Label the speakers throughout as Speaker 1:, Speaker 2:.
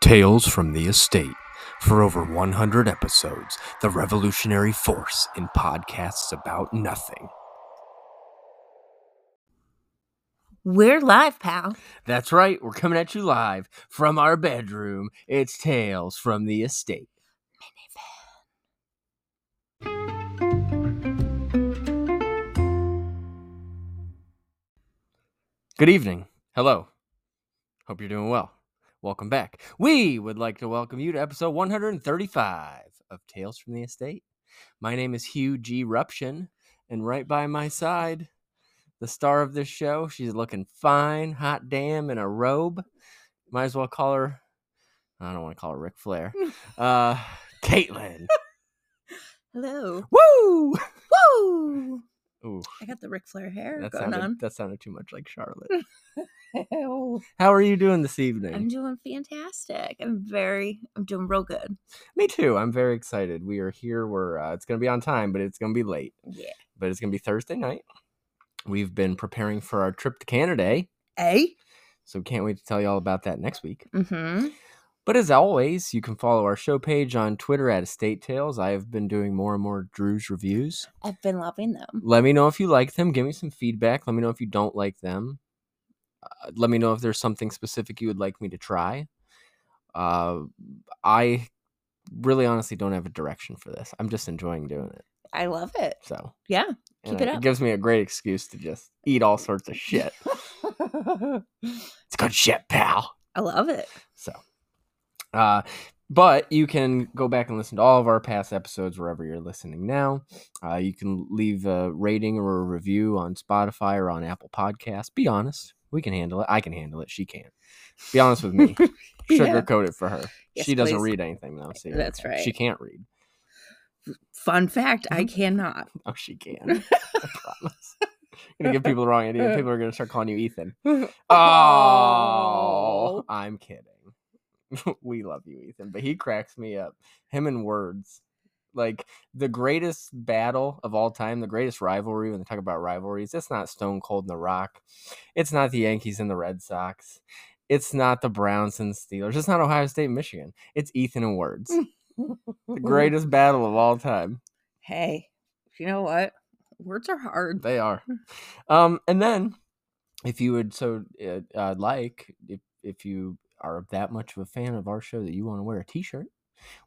Speaker 1: Tales from the Estate. For over 100 episodes, the revolutionary force in podcasts about nothing.
Speaker 2: We're live, pal.
Speaker 1: That's right, we're coming at you live from our bedroom. It's Tales from the Estate. Good evening. Hello. Hope you're doing well. Welcome back. We would like to welcome you to episode 135 of Tales from the Estate. My name is Hugh G. Ruption, and right by my side, the star of this show, she's looking fine, hot damn, in a robe. Might as well call her, I don't want to call her Ric Flair, uh, Caitlin.
Speaker 2: Hello.
Speaker 1: Woo!
Speaker 2: Woo!
Speaker 1: Ooh,
Speaker 2: I got the Ric Flair hair
Speaker 1: that
Speaker 2: going
Speaker 1: sounded,
Speaker 2: on.
Speaker 1: that sounded too much like Charlotte. How are you doing this evening?
Speaker 2: I'm doing fantastic. I'm very, I'm doing real good.
Speaker 1: Me too. I'm very excited. We are here. We're uh, it's going to be on time, but it's going to be late.
Speaker 2: Yeah.
Speaker 1: But it's going to be Thursday night. We've been preparing for our trip to Canada, eh?
Speaker 2: Eh?
Speaker 1: so can't wait to tell you all about that next week.
Speaker 2: Mm-hmm.
Speaker 1: But as always, you can follow our show page on Twitter at Estate Tales. I have been doing more and more Drew's reviews.
Speaker 2: I've been loving them.
Speaker 1: Let me know if you like them. Give me some feedback. Let me know if you don't like them. Uh, let me know if there's something specific you would like me to try. Uh, I really honestly don't have a direction for this. I'm just enjoying doing it.
Speaker 2: I love it.
Speaker 1: So
Speaker 2: Yeah.
Speaker 1: and
Speaker 2: Keep
Speaker 1: it
Speaker 2: it up.
Speaker 1: gives me a great excuse to just eat all sorts of shit. it's good shit, pal.
Speaker 2: I love it.
Speaker 1: So, uh, but you can go back and listen to all of our past episodes wherever you're listening now. Uh, you can leave a rating or a review on Spotify or on Apple Podcasts. Be honest. We can handle it. I can handle it. She can't. Be honest with me. Sugarcoat it for her.
Speaker 2: Yes,
Speaker 1: she doesn't
Speaker 2: please.
Speaker 1: read anything, though. So you're
Speaker 2: That's
Speaker 1: okay.
Speaker 2: right.
Speaker 1: She can't read.
Speaker 2: Fun fact, I cannot.
Speaker 1: Oh, she can. I promise. You're gonna give people the wrong idea. People are gonna start calling you Ethan. Oh,
Speaker 2: Oh.
Speaker 1: I'm kidding. we love you, Ethan, but he cracks me up. Him and words. Like the greatest battle of all time, the greatest rivalry when they talk about rivalries, it's not Stone Cold and The Rock. It's not the Yankees and the Red Sox. It's not the Browns and Steelers. It's not Ohio State and Michigan. It's Ethan and words. the greatest battle of all time.
Speaker 2: Hey, you know what? Words are hard.
Speaker 1: They are. Um, and then, if you would so uh, uh, like, if if you are that much of a fan of our show that you want to wear a T-shirt,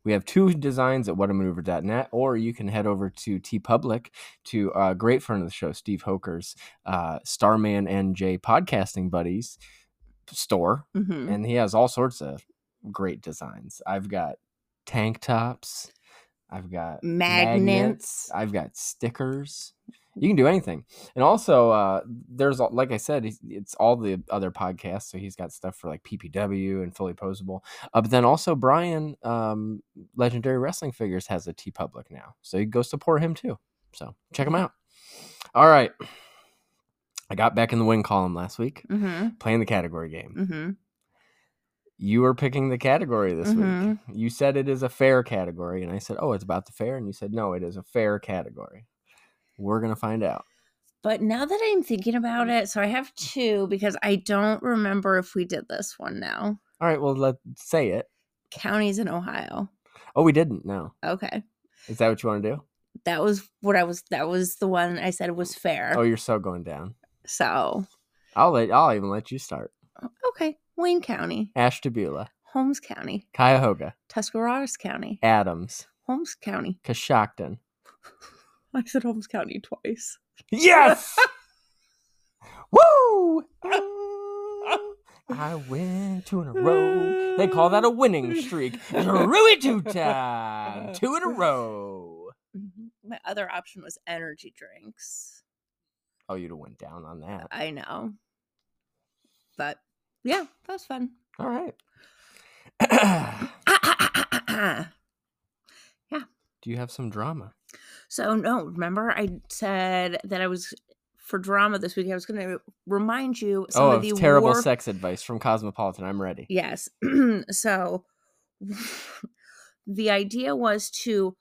Speaker 1: we have two designs at whatamaneuver.net, or you can head over to T Public to a great friend of the show, Steve Hoker's uh, Starman NJ podcasting buddies store,
Speaker 2: Mm-hmm.
Speaker 1: and he has all sorts of great designs. I've got tank tops. I've got
Speaker 2: Magnets. Mm-hmm.
Speaker 1: I've got stickers. You can do anything. And also, uh, there's all- like I said, it's- it's all the other podcasts. So he's got stuff for like PPW and Fully Posable. Uh, but then also Brian, um, Legendary Wrestling Figures has a T Public now, so you can go support him too. So check him out. All right, I got back in the win column last week
Speaker 2: Mm-hmm.
Speaker 1: playing the category game.
Speaker 2: Mm-hmm.
Speaker 1: You were picking the category this week.
Speaker 2: Mhm.
Speaker 1: You said it is a fair category, and I said, "Oh, it's about the fair," and you said, "No, it is a fair category." We're gonna find out.
Speaker 2: But now that I'm thinking about it, so I have two because I don't remember if we did this one now.
Speaker 1: All right, well, let's say it.
Speaker 2: Counties in Ohio.
Speaker 1: Oh, we didn't. No,
Speaker 2: Okay.
Speaker 1: is that what you want to do?
Speaker 2: That was what I was that was the one I said was fair.
Speaker 1: Oh, you're so going down.
Speaker 2: So,
Speaker 1: I'll let. I'll even let you start.
Speaker 2: okay. Wayne County,
Speaker 1: Ashtabula,
Speaker 2: Holmes County,
Speaker 1: Cuyahoga,
Speaker 2: Tuscarawas County,
Speaker 1: Adams,
Speaker 2: Holmes County.
Speaker 1: Coshocton.
Speaker 2: I said Holmes County twice.
Speaker 1: Yes. Woo! I win two in a row. They call that a winning streak. Really two time. Two in a row.
Speaker 2: Mhm. My other option was energy drinks.
Speaker 1: Oh, you'd have went down on that.
Speaker 2: I know. But yeah, that was fun.
Speaker 1: All right.
Speaker 2: Ah, ah, ah, ah, ah, ah.
Speaker 1: Do you have some drama?
Speaker 2: So no, remember I said that I was for drama this week. I was going to remind you some
Speaker 1: oh,
Speaker 2: of the
Speaker 1: it's terrible
Speaker 2: war-
Speaker 1: sex advice from Cosmopolitan. I'm ready.
Speaker 2: Yes. so the idea was to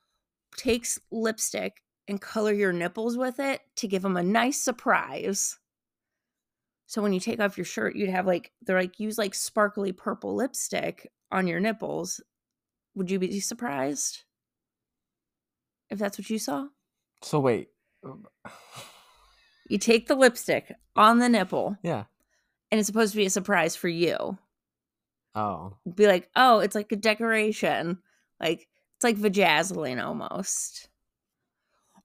Speaker 2: take s- lipstick and color your nipples with it to give them a nice surprise. So when you take off your shirt, you'd have like they're like use like sparkly purple lipstick on your nipples. Would you be surprised if that's what you saw?
Speaker 1: So wait.
Speaker 2: You take the lipstick on the nipple,
Speaker 1: Yeah.
Speaker 2: and it's supposed to be a surprise for you.
Speaker 1: Oh.
Speaker 2: Be like, oh, it's like a decoration, like it's like vajazzling almost.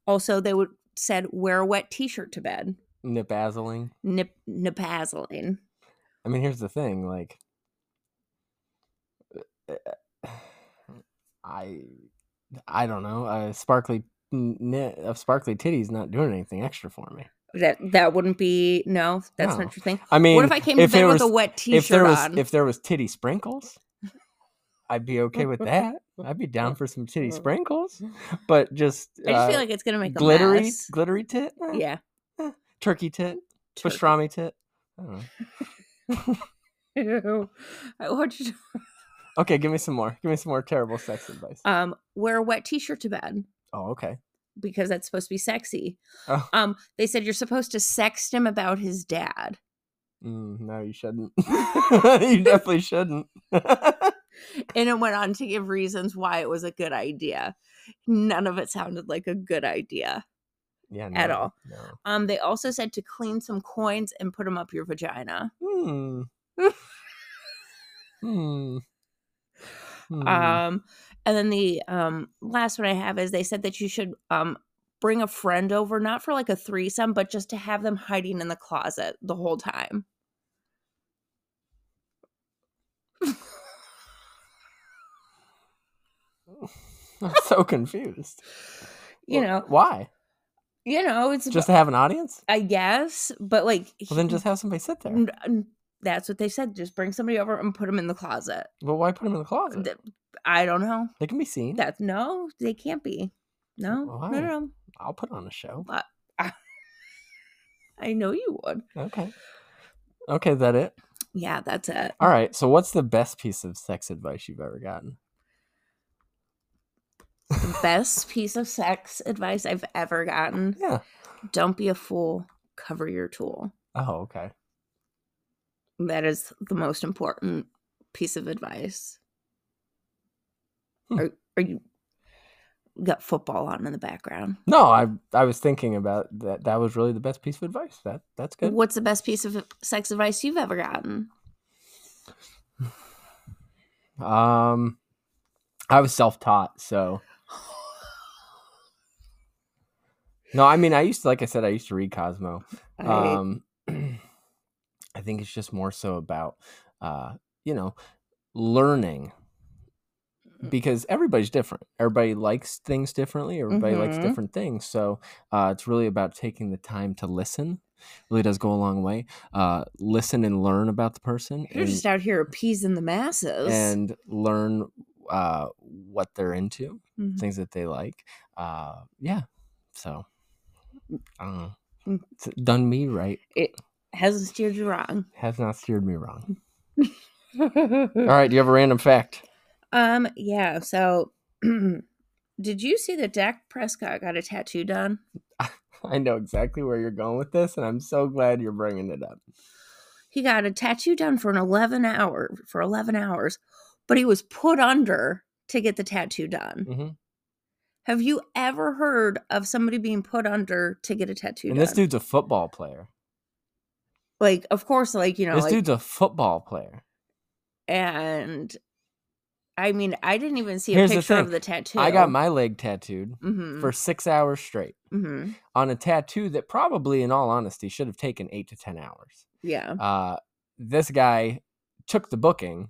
Speaker 2: Also, they would said wear a wet T-shirt to bed,
Speaker 1: Nipazzling.
Speaker 2: nip nipazzling.
Speaker 1: I mean, here's the thing, like eh, I I don't know. A sparkly n- n- a sparkly titty's not doing anything extra for me.
Speaker 2: That that wouldn't be no. That's
Speaker 1: No.
Speaker 2: not your thing.
Speaker 1: I mean,
Speaker 2: what if I came to
Speaker 1: there
Speaker 2: bed
Speaker 1: was-
Speaker 2: with a wet T-shirt
Speaker 1: if there was
Speaker 2: on?
Speaker 1: if there was titty sprinkles, I'd be okay with that. I'd be down for some titty sprinkles, but just,
Speaker 2: Mm-hmm. I just
Speaker 1: uh,
Speaker 2: feel like it's gonna make a
Speaker 1: glittery
Speaker 2: mess.
Speaker 1: glittery tit, Eh,
Speaker 2: Yeah,
Speaker 1: turkey tit,
Speaker 2: turkey.
Speaker 1: pastrami tit. I don't know.
Speaker 2: Ew. I want you to
Speaker 1: Okay, give me some more. Give me some more terrible sex advice.
Speaker 2: um, wear a wet T-shirt to bed
Speaker 1: oh, okay.
Speaker 2: because that's supposed to be sexy.
Speaker 1: Oh.
Speaker 2: Um, they said you're supposed to sext him about his dad.
Speaker 1: Mm, no, you shouldn't. you definitely shouldn't.
Speaker 2: and it went on to give reasons why it was a good idea. None of it sounded like a good idea.
Speaker 1: yeah,
Speaker 2: At
Speaker 1: no,
Speaker 2: all.
Speaker 1: No.
Speaker 2: Um, they also said to clean some coins and put them up your vagina.
Speaker 1: Hmm. hmm. Hmm.
Speaker 2: Um, and then the um, last one I have is they said that you should um, bring a friend over, not for like a threesome, but just to have them hiding in the closet the whole time.
Speaker 1: I'm so confused.
Speaker 2: You
Speaker 1: Wh-
Speaker 2: know,
Speaker 1: why?
Speaker 2: you know, it's
Speaker 1: Just to have an audience?
Speaker 2: I guess, but like,
Speaker 1: Well, then just have somebody sit there.
Speaker 2: n- n- that's what they said. Just bring somebody over and put them in the closet.
Speaker 1: But why put them in the closet?
Speaker 2: Th- I don't know.
Speaker 1: They can be seen.
Speaker 2: That no, they can't be. No,
Speaker 1: Why?
Speaker 2: no, no, no.
Speaker 1: I'll put on a show.
Speaker 2: I know you would.
Speaker 1: Okay. Okay, is that it?
Speaker 2: Yeah, that's it.
Speaker 1: All right. So, what's the best piece of sex advice you've ever gotten?
Speaker 2: The best piece of sex advice I've ever gotten.
Speaker 1: Yeah.
Speaker 2: Don't be a fool. Cover your tool.
Speaker 1: Oh, okay.
Speaker 2: That is the most important piece of advice.
Speaker 1: Hmm.
Speaker 2: Are, are you you got football on in the background?
Speaker 1: No, I I was thinking about that. That was really the best piece of advice. That that's good.
Speaker 2: What's the best piece of sex advice you've ever gotten?
Speaker 1: Um, I was self taught, so no. I mean, I used to, like I said, I used to read Cosmo.
Speaker 2: I-
Speaker 1: Um, I think it's just more so about, uh, you know, learning
Speaker 2: Mm.
Speaker 1: because everybody's different. Everybody likes things differently. Everybody likes
Speaker 2: Mhm.
Speaker 1: different things. So uh, it's really about taking the time to listen. Really does go a long way. Uh, listen and learn about the person.
Speaker 2: You're
Speaker 1: and-
Speaker 2: just out here appeasing the masses.
Speaker 1: and learn uh, what they're into,
Speaker 2: Mhm.
Speaker 1: things that they like. Uh, yeah. So, I don't know.
Speaker 2: Mm.
Speaker 1: It's done me right.
Speaker 2: hasn't steered you wrong.
Speaker 1: Has not steered me wrong. All right. Do you have a random fact?
Speaker 2: um, yeah. So, did you see that Dak Prescott got a tattoo done?
Speaker 1: I know exactly where you're going with this, and I'm so glad you're bringing it up.
Speaker 2: He got a tattoo done for an eleven hour for eleven hours, but he was put under to get the tattoo done.
Speaker 1: hmm
Speaker 2: Have you ever heard of somebody being put under to get a tattoo
Speaker 1: And
Speaker 2: done?
Speaker 1: this dude's a football player.
Speaker 2: like, of course, like you know,
Speaker 1: this
Speaker 2: like,
Speaker 1: dude's a football player.
Speaker 2: and I mean, I didn't even see a
Speaker 1: Here's the
Speaker 2: picture of
Speaker 1: thing.
Speaker 2: the tattoo.
Speaker 1: I got my leg tattooed
Speaker 2: hmm
Speaker 1: for six hours straight
Speaker 2: hmm
Speaker 1: on a tattoo that probably, in all honesty, should have taken eight to 10 hours.
Speaker 2: Yeah.
Speaker 1: uh, this guy took the booking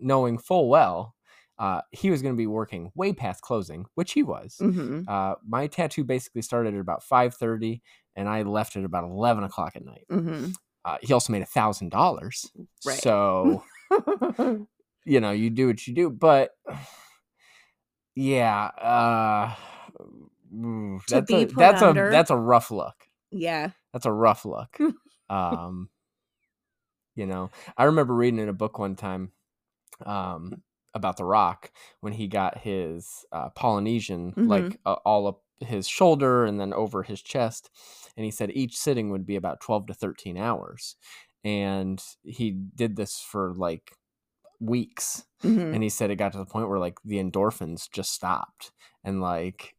Speaker 1: knowing full well uh, he was going to be working way past closing which he was
Speaker 2: hmm
Speaker 1: uh, my tattoo basically started at about 5.30 and i left at about 11 o'clock at night
Speaker 2: hmm
Speaker 1: uh, he also made a thousand dollars
Speaker 2: Right.
Speaker 1: so
Speaker 2: mm-hmm.
Speaker 1: you know you do what you do but yeah uh, mm,
Speaker 2: To
Speaker 1: that's,
Speaker 2: be
Speaker 1: a,
Speaker 2: put
Speaker 1: that's, a,
Speaker 2: under.
Speaker 1: that's a rough look
Speaker 2: yeah.
Speaker 1: that's a rough look. um, you know, I remember reading in a book one time um, about The Rock when he got his uh, Polynesian
Speaker 2: Mhm.
Speaker 1: like uh, all up his shoulder and then over his chest, and he said each sitting would be about 12 to 13 hours and he did this for like weeks
Speaker 2: Mhm.
Speaker 1: and he said it got to the point where like the endorphins just stopped and like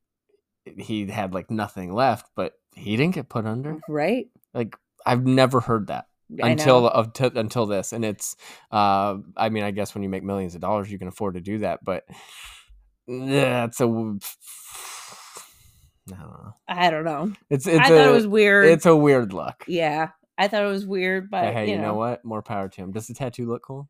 Speaker 1: he had like nothing left but he didn't get put under
Speaker 2: Right?
Speaker 1: like i've never heard that
Speaker 2: I
Speaker 1: until
Speaker 2: know.
Speaker 1: of t- until this and it's uh i mean i guess when you make millions of dollars you can afford to do that but that's a w- I don't know.
Speaker 2: I don't know.
Speaker 1: It's
Speaker 2: I
Speaker 1: it's
Speaker 2: thought
Speaker 1: a-
Speaker 2: it was weird.
Speaker 1: it's a weird look.
Speaker 2: yeah. I thought it was weird, but
Speaker 1: But hey,
Speaker 2: you, know.
Speaker 1: what? More power to him. Does the tattoo look cool?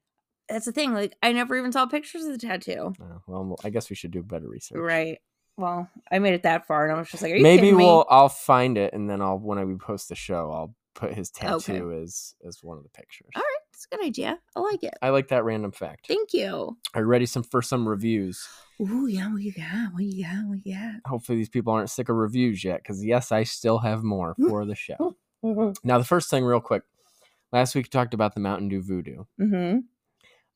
Speaker 2: That's the thing. Like I never even saw pictures of the tattoo.
Speaker 1: No. Well, I guess we should do better research.
Speaker 2: Right. Well, I made it that far and I was just like, Are you
Speaker 1: Maybe
Speaker 2: kidding me?
Speaker 1: we'll. I'll find it and then I'll when I we post the show, I'll put his tattoo as as one of the pictures.
Speaker 2: All right. It's a good idea. I like it.
Speaker 1: I like that random fact.
Speaker 2: Thank you.
Speaker 1: Are you ready some for some reviews?
Speaker 2: Ooh, yeah, what you got? What you got? What you got?
Speaker 1: Hopefully these people aren't sick of reviews yet, because yes, I still have more for the show. Now the first thing, real quick. Last week we talked about the Mountain Dew Voodoo.
Speaker 2: Mm-hmm.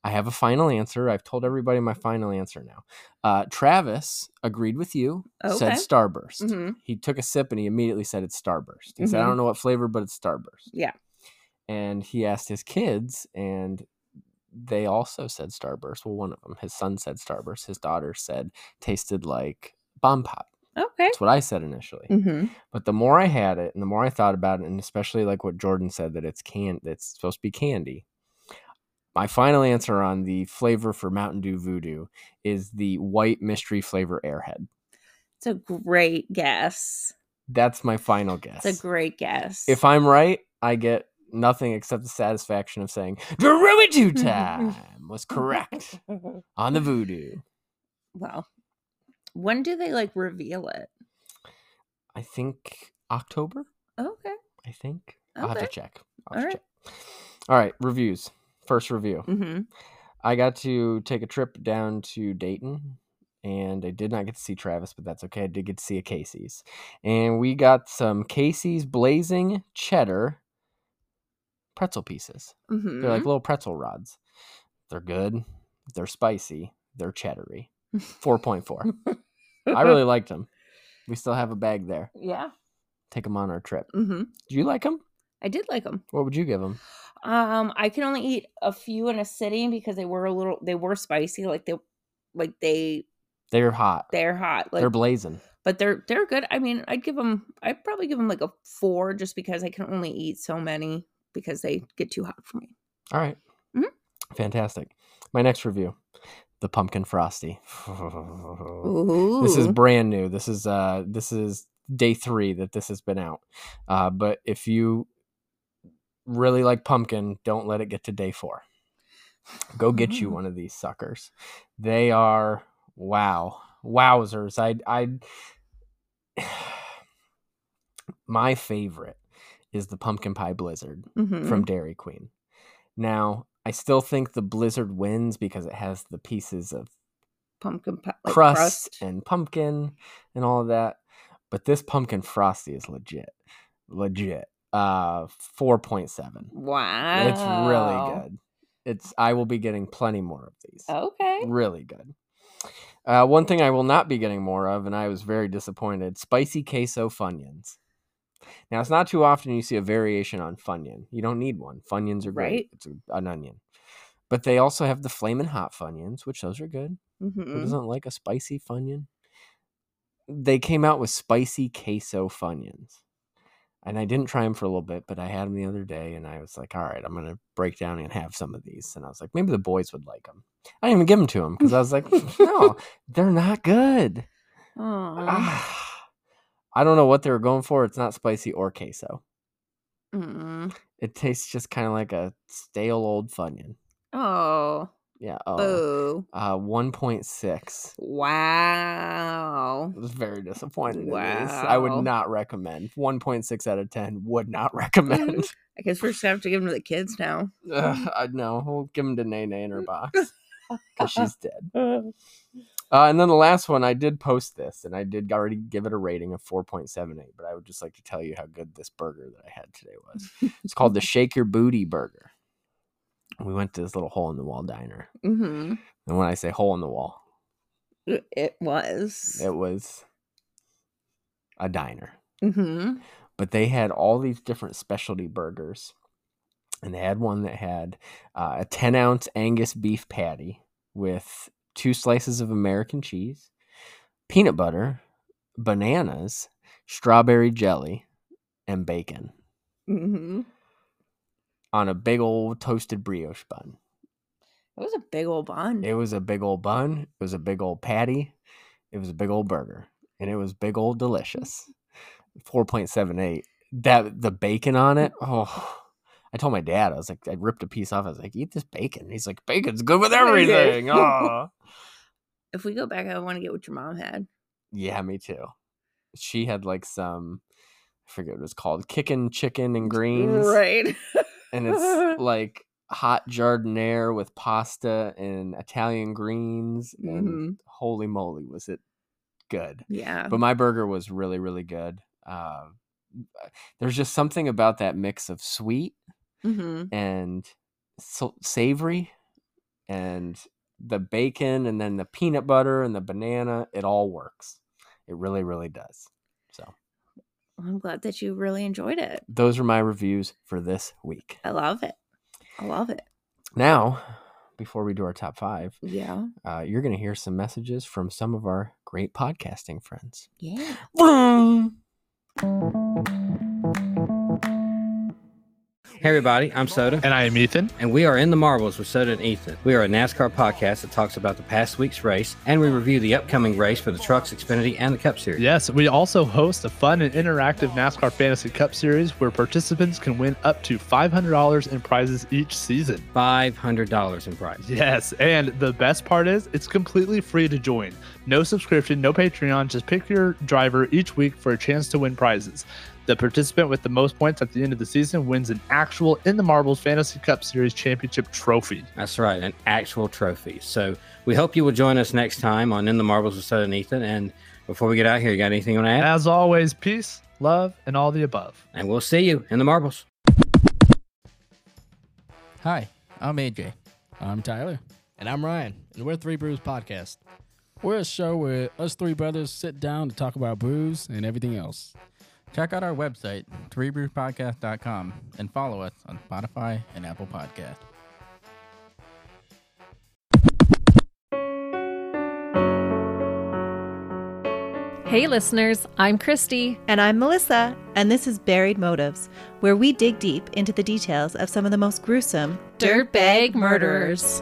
Speaker 1: I have a final answer. I've told everybody my final answer now. Uh, Travis agreed with you. Said
Speaker 2: Okay.
Speaker 1: Starburst.
Speaker 2: Mm-hmm.
Speaker 1: He took a sip and he immediately said it's Starburst. He said, "I
Speaker 2: Mhm.
Speaker 1: don't know what flavor, but it's Starburst."
Speaker 2: Yeah.
Speaker 1: And he asked his kids, and they also said Starburst. Well, one of them, his son said Starburst. His daughter said tasted like bomb pop.
Speaker 2: Okay.
Speaker 1: That's what I said initially.
Speaker 2: Mm-hmm.
Speaker 1: But the more I had it, and the more I thought about it, and especially like what Jordan said that it's can that's supposed to be candy. My final answer on the flavor for Mountain Dew Voodoo is the white mystery flavor Airhead.
Speaker 2: It's a great guess.
Speaker 1: That's my final guess.
Speaker 2: It's a great guess.
Speaker 1: if I'm right, I get nothing except the satisfaction of saying Derivative time was correct on the Voodoo.
Speaker 2: Well, when do they like reveal it?
Speaker 1: I think October.
Speaker 2: Okay.
Speaker 1: I think I'll have to
Speaker 2: Okay.
Speaker 1: check. I'll have
Speaker 2: All
Speaker 1: to check. All right, reviews. First review.
Speaker 2: Mm-hmm.
Speaker 1: I got to take a trip down to Dayton and I did not get to see Travis, but that's okay. I did get to see a Casey's. And we got some Casey's blazing cheddar pretzel pieces.
Speaker 2: Mm-hmm.
Speaker 1: They're like little pretzel rods. They're good. They're spicy. They're cheddary. 4.4. I really liked them. We still have a bag there.
Speaker 2: Mm-hmm. yeah.
Speaker 1: Take them on our trip.
Speaker 2: Mm-hmm.
Speaker 1: Do you like them?
Speaker 2: I did like them.
Speaker 1: What would you give them?
Speaker 2: Um, I can only eat a few in a sitting because they were a little. They were spicy. Like they, like they,
Speaker 1: They're hot.
Speaker 2: they're hot. Like,
Speaker 1: They're blazing.
Speaker 2: but they're they're good. I mean, I'd give them. I'd probably give them like a four, just because I can only eat so many because they get too hot for me.
Speaker 1: All right.
Speaker 2: Mhm.
Speaker 1: Fantastic. My next review, the pumpkin frosty.
Speaker 2: Ooh.
Speaker 1: This is brand new. This is uh this is day 3 that this has been out. Uh but if you really like pumpkin, don't let it get to day 4. Go get you
Speaker 2: Mm.
Speaker 1: one of these suckers. They are wow. Wowzers. I I my favorite is the pumpkin pie blizzard
Speaker 2: Mhm.
Speaker 1: from Dairy Queen. Now, I still think the Blizzard wins because it has the pieces of
Speaker 2: pumpkin pie, like
Speaker 1: crust,
Speaker 2: crust.
Speaker 1: and pumpkin and all of that. But this pumpkin frosty is legit. Legit. Uh 4.7.
Speaker 2: Wow.
Speaker 1: It's really good. It's I will be getting plenty more of these.
Speaker 2: Okay.
Speaker 1: Really good. Uh, one thing I will not be getting more of, and I was very disappointed: spicy queso funyuns. Now it's not too often you see a variation on funyun. You don't need one. Funyuns are great.
Speaker 2: Right.
Speaker 1: It's a, an onion, but they also have the flamin' hot funyuns, which those are good. Who
Speaker 2: Mhm.
Speaker 1: doesn't like a spicy funyun? They came out with spicy queso funyuns, and I didn't try them for a little bit, but I had them the other day, and I was like, "All right, I'm gonna break down and have some of these." And I was like, "Maybe the boys would like them." I didn't even give them to them because I was like, "Mm, "No, they're not good."
Speaker 2: Aw.
Speaker 1: Ah, I don't know what they were going for. It's not spicy or queso.
Speaker 2: Mm.
Speaker 1: It tastes just kind of like a stale old funyun.
Speaker 2: Oh.
Speaker 1: Yeah. Oh,
Speaker 2: Boo.
Speaker 1: uh, one point six.
Speaker 2: Wow.
Speaker 1: I was very disappointed. In these. I
Speaker 2: Wow.
Speaker 1: would not recommend. 1.6 out of 10 would not recommend.
Speaker 2: I guess we're just gonna have to give them to the kids now.
Speaker 1: Ugh, I know. We'll give them to Nene in her box because she's dead.
Speaker 2: oh,
Speaker 1: Uh, and then the last one, I did post this and I did already give it a rating of 4.78, but I would just like to tell you how good this burger that I had today was. It's called the Shake Your Booty Burger. We went to this little hole in the wall diner.
Speaker 2: hmm
Speaker 1: And when I say hole in the wall,
Speaker 2: It was.
Speaker 1: it was a diner.
Speaker 2: hmm
Speaker 1: but but they had all these different specialty burgers. And they had one that had uh, a 10 ounce Angus beef patty with two slices of American cheese, peanut butter, bananas, strawberry jelly, and bacon
Speaker 2: Mm-hmm.
Speaker 1: on a big old toasted brioche bun.
Speaker 2: It was a big old bun.
Speaker 1: It was a big old bun. It was a big old patty. It was a big old burger, and it was big old delicious. Four point seven eight. That the bacon on it. Oh, I told my dad. I was like, I ripped a piece off. I was like, eat this bacon. He's like, bacon's good with
Speaker 2: Amazing.
Speaker 1: everything. Oh.
Speaker 2: if we go back, I want to get what your mom had.
Speaker 1: yeah, me too. She had like some. I forget what it was called. Kicking chicken and greens.
Speaker 2: Right.
Speaker 1: and it's like hot jardiniere with pasta and Italian greens. And holy moly, was it good!
Speaker 2: yeah.
Speaker 1: But my burger was really, really good. Uh, there's just something about that mix of sweet
Speaker 2: Mm-hmm.
Speaker 1: and so- savory, and the bacon, and then the peanut butter and the banana. It all works. It really, really does. So
Speaker 2: I'm glad that you really enjoyed it.
Speaker 1: those are my reviews for this week.
Speaker 2: I love it. I love it.
Speaker 1: Now, before we do our top five,
Speaker 2: Yeah.
Speaker 1: uh, you're going to hear some messages from some of our great podcasting friends.
Speaker 2: Yeah.
Speaker 3: Hey everybody, I'm Soda,
Speaker 4: And I am Ethan.
Speaker 3: and we are in the marbles with Soda and Ethan. We are a NASCAR podcast that talks about the past week's race, and we review the upcoming race for the Trucks, Xfinity, and the Cup Series.
Speaker 4: Yes, we also host a fun and interactive NASCAR Fantasy Cup Series where participants can win up to $500 in prizes each season.
Speaker 3: Five hundred dollars in prize.
Speaker 4: Yes, and the best part is it's completely free to join. No subscription, no Patreon, just pick your driver each week for a chance to win prizes. The participant with the most points at the end of the season wins an actual In the Marbles Fantasy Cup Series championship trophy.
Speaker 3: That's right, an actual trophy. So we hope you will join us next time on In the Marbles with Soda and Ethan. And before we get out here, you got anything you want to add?
Speaker 4: As always, peace, love, and all the above.
Speaker 3: And we'll see you in the marbles.
Speaker 5: Hi, I'm AJ. I'm Tyler.
Speaker 6: And I'm Ryan, and we're Three Brews Podcast.
Speaker 5: We're a show where us three brothers sit down to talk about brews and everything else. Check out our website, threebrewpodcast.com, and follow us on Spotify and Apple Podcast.
Speaker 7: Hey, listeners, I'm Christy.
Speaker 8: And I'm Melissa, and this is Buried Motives, where we dig deep into the details of some of the most gruesome
Speaker 7: Dirtbag Murderers.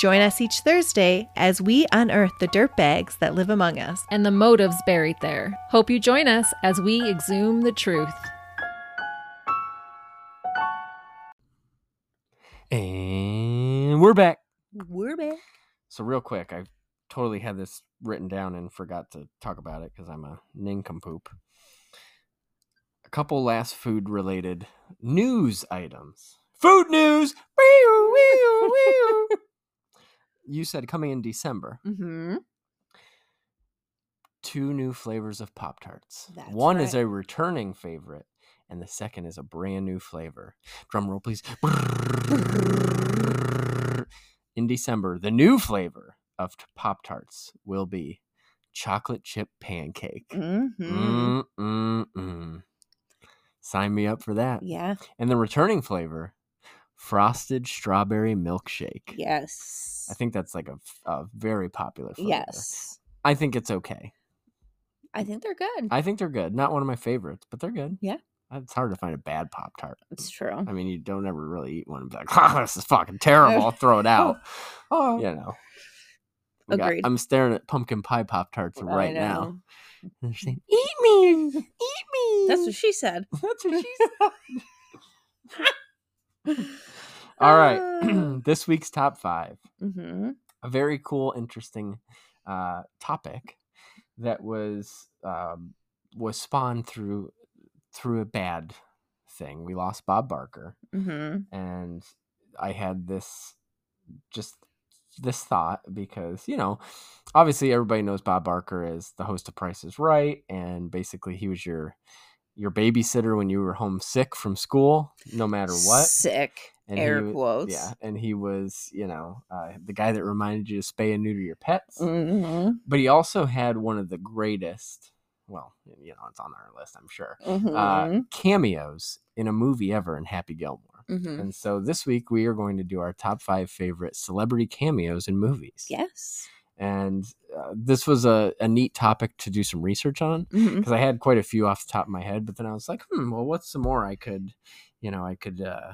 Speaker 8: Join us each Thursday as we unearth the dirtbags that live among us.
Speaker 7: and the motives buried there. Hope you join us as we exhume the truth.
Speaker 1: And we're back.
Speaker 2: We're back.
Speaker 1: So real quick, I totally had this written down and forgot to talk about it because I'm a nincompoop. A couple last food related news items. Food news. Wee-oo, wee-oo, wee-oo. you said coming in December,
Speaker 2: Mm-hmm.
Speaker 1: two new flavors of Pop Tarts.
Speaker 2: That's
Speaker 1: One is
Speaker 2: right.
Speaker 1: a returning favorite, and the second is a brand new flavor. Drum roll, please. In December, the new flavor of Pop Tarts will be chocolate chip pancake.
Speaker 2: Mm-hmm.
Speaker 1: Mm, mm, mm. Sign me up for that.
Speaker 2: Yeah.
Speaker 1: And the returning flavor, frosted strawberry milkshake.
Speaker 2: Yes.
Speaker 1: I think that's like a, a very popular flavor.
Speaker 2: yes.
Speaker 1: I think it's okay.
Speaker 2: I think they're good.
Speaker 1: I think they're good. Not one of my favorites, but they're good.
Speaker 2: Yeah. Mm.
Speaker 1: It's hard to find a bad Pop Tart.
Speaker 2: it's true.
Speaker 1: I mean, you don't ever really eat one and be like, oh, this is fucking terrible. I'll throw it out.
Speaker 2: Oh.
Speaker 1: You know. We got-
Speaker 2: Agreed.
Speaker 1: I'm staring at pumpkin pie Pop Tarts
Speaker 2: I
Speaker 1: right now.
Speaker 2: know.
Speaker 1: And they're saying, eat me. Eat me.
Speaker 2: That's what she said.
Speaker 1: That's what she said. All right. this week's top five.
Speaker 2: Uh, Mm-hmm.
Speaker 1: a very cool, interesting uh, topic that was um, was spawned through through a bad thing. We lost Bob Barker,
Speaker 2: Mm-hmm.
Speaker 1: and I had this just this thought because you know obviously everybody knows Bob Barker is the host of Price is Right, and basically he was your your babysitter when you were homesick from school, no matter what
Speaker 2: Sick.
Speaker 1: and
Speaker 2: Air
Speaker 1: wa-
Speaker 2: quotes.
Speaker 1: Yeah, and he was, you know, uh, the guy that reminded you to spay and neuter your pets.
Speaker 2: Mm-hmm.
Speaker 1: But he also had one of the greatest, well, you know, it's on our list, I'm sure,
Speaker 2: Mm-hmm.
Speaker 1: uh, cameos in a movie ever in Happy Gilmore.
Speaker 2: mm-hmm.
Speaker 1: And so this week we are going to do our top five favorite celebrity cameos in movies.
Speaker 2: Yes.
Speaker 1: And uh, this was a, a neat topic to do some research on
Speaker 2: Mm-hmm.
Speaker 1: because I had quite a few off the top of my head. But then I was like, hmm, well, what's some more I could, you know, I could uh,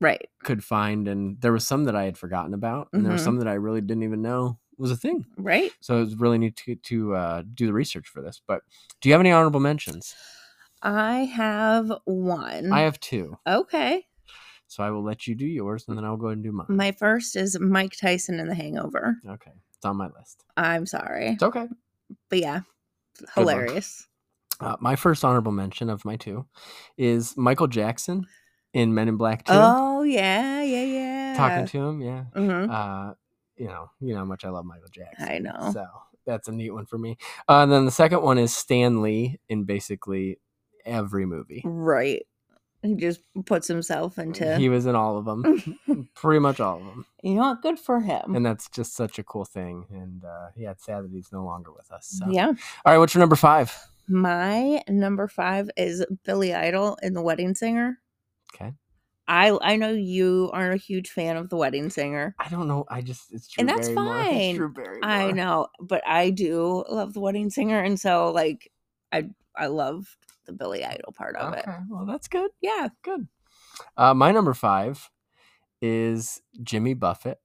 Speaker 2: Right.
Speaker 1: could find and there was some that i had forgotten about and there were
Speaker 2: Mhm.
Speaker 1: some that i really didn't even know was a thing
Speaker 2: Right.
Speaker 1: so it was really neat to, to uh, do the research for this but do you have any honorable mentions
Speaker 2: I have one.
Speaker 1: i have two
Speaker 2: Okay.
Speaker 1: so i will let you do yours and then i'll go ahead and do mine
Speaker 2: My first is Mike Tyson in The Hangover.
Speaker 1: okay it's on my list
Speaker 2: I'm sorry.
Speaker 1: it's okay
Speaker 2: But yeah,
Speaker 1: one.
Speaker 2: hilarious.
Speaker 1: uh, my first honorable mention of my two is michael jackson in men in black 2
Speaker 2: Oh, yeah, yeah, yeah.
Speaker 1: talking to him yeah
Speaker 2: Mhm.
Speaker 1: uh, you know, you know how much I love Michael Jackson.
Speaker 2: I know.
Speaker 1: So that's a neat one for me. Uh, and then the second one is Stan Lee in basically every movie.
Speaker 2: Right. He just puts himself into.
Speaker 1: He was in all of them,
Speaker 2: you
Speaker 1: pretty much all of them.
Speaker 2: know what? Good for him.
Speaker 1: And that's just such a cool thing. And uh, yeah, it's sad that he's no longer with us. So.
Speaker 2: Yeah.
Speaker 1: All right, what's your number five?
Speaker 2: My number five is Billy Idol in The Wedding Singer.
Speaker 1: Okay.
Speaker 2: I I know you are a huge fan of The Wedding Singer.
Speaker 1: I don't know. I just it's Drew
Speaker 2: And that's
Speaker 1: Barrymore. It's
Speaker 2: fine.
Speaker 1: Drew Barrymore.
Speaker 2: I know, but I do love The Wedding Singer, and so like I I love the Billy Idol part of
Speaker 1: Okay.
Speaker 2: it.
Speaker 1: Well, that's good.
Speaker 2: Yeah.
Speaker 1: Good. Uh, my number five is Jimmy Buffett,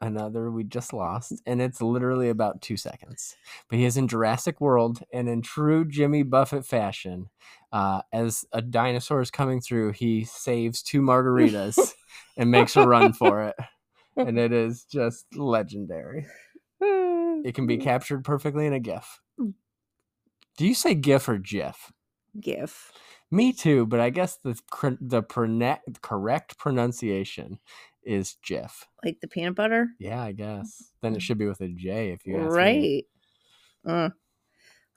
Speaker 1: another we just lost, and it's literally about two seconds. But he is in Jurassic World, and in true Jimmy Buffett fashion, uh, as a dinosaur is coming through, he saves two margaritas and makes a run for it. And it is just legendary. It can be
Speaker 2: Mm.
Speaker 1: captured perfectly in a GIF. Do you say GIF or GIF?
Speaker 2: GIF.
Speaker 1: Me too, but I guess the cr- the prone- correct pronunciation is Jif.
Speaker 2: Like the peanut butter.
Speaker 1: Yeah, I guess. Then it should be with a J if you ask me.
Speaker 2: right. Uh,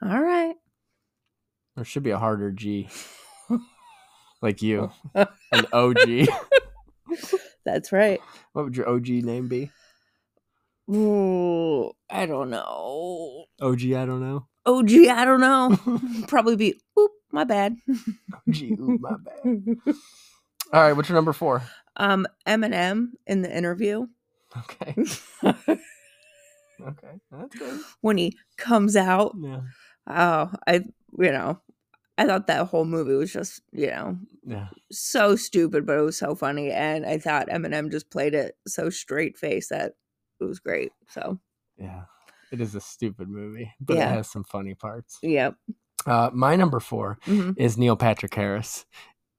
Speaker 2: all right.
Speaker 1: There should be a harder G, like you, an OG.
Speaker 2: That's right.
Speaker 1: what would your OG name be?
Speaker 2: Ooh, I don't know.
Speaker 1: OG, I don't know.
Speaker 2: Oh gee, I don't know. Probably be oop, my bad.
Speaker 1: OG, ooh, my bad. All right, what's your number four?
Speaker 2: um, Eminem in the interview
Speaker 1: Okay, okay, that's good.
Speaker 2: when he comes out.
Speaker 1: Yeah,
Speaker 2: Oh, I you know, I thought that whole movie was just you know
Speaker 1: yeah,
Speaker 2: so stupid, but it was so funny, and I thought Eminem just played it so straight face that it was great. So
Speaker 1: yeah. It is a stupid movie, but
Speaker 2: Yeah.
Speaker 1: it has some funny parts.
Speaker 2: yeah,
Speaker 1: Uh, my number four
Speaker 2: mhm.
Speaker 1: is Neil Patrick Harris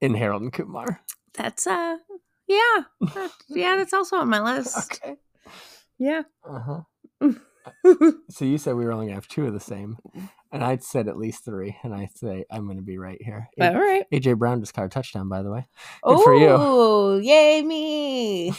Speaker 1: in Harold and Kumar.
Speaker 2: that's uh, yeah, that- yeah, that's also on my list.
Speaker 1: Okay.
Speaker 2: Yeah,
Speaker 1: Uh-huh. So you said we were only gonna have two of the same, and I said at least three, and I say I'm gonna be right here.
Speaker 2: all right.
Speaker 1: AJ Brown just caught a touchdown, by the way. Good for you.
Speaker 2: Oh, yay me!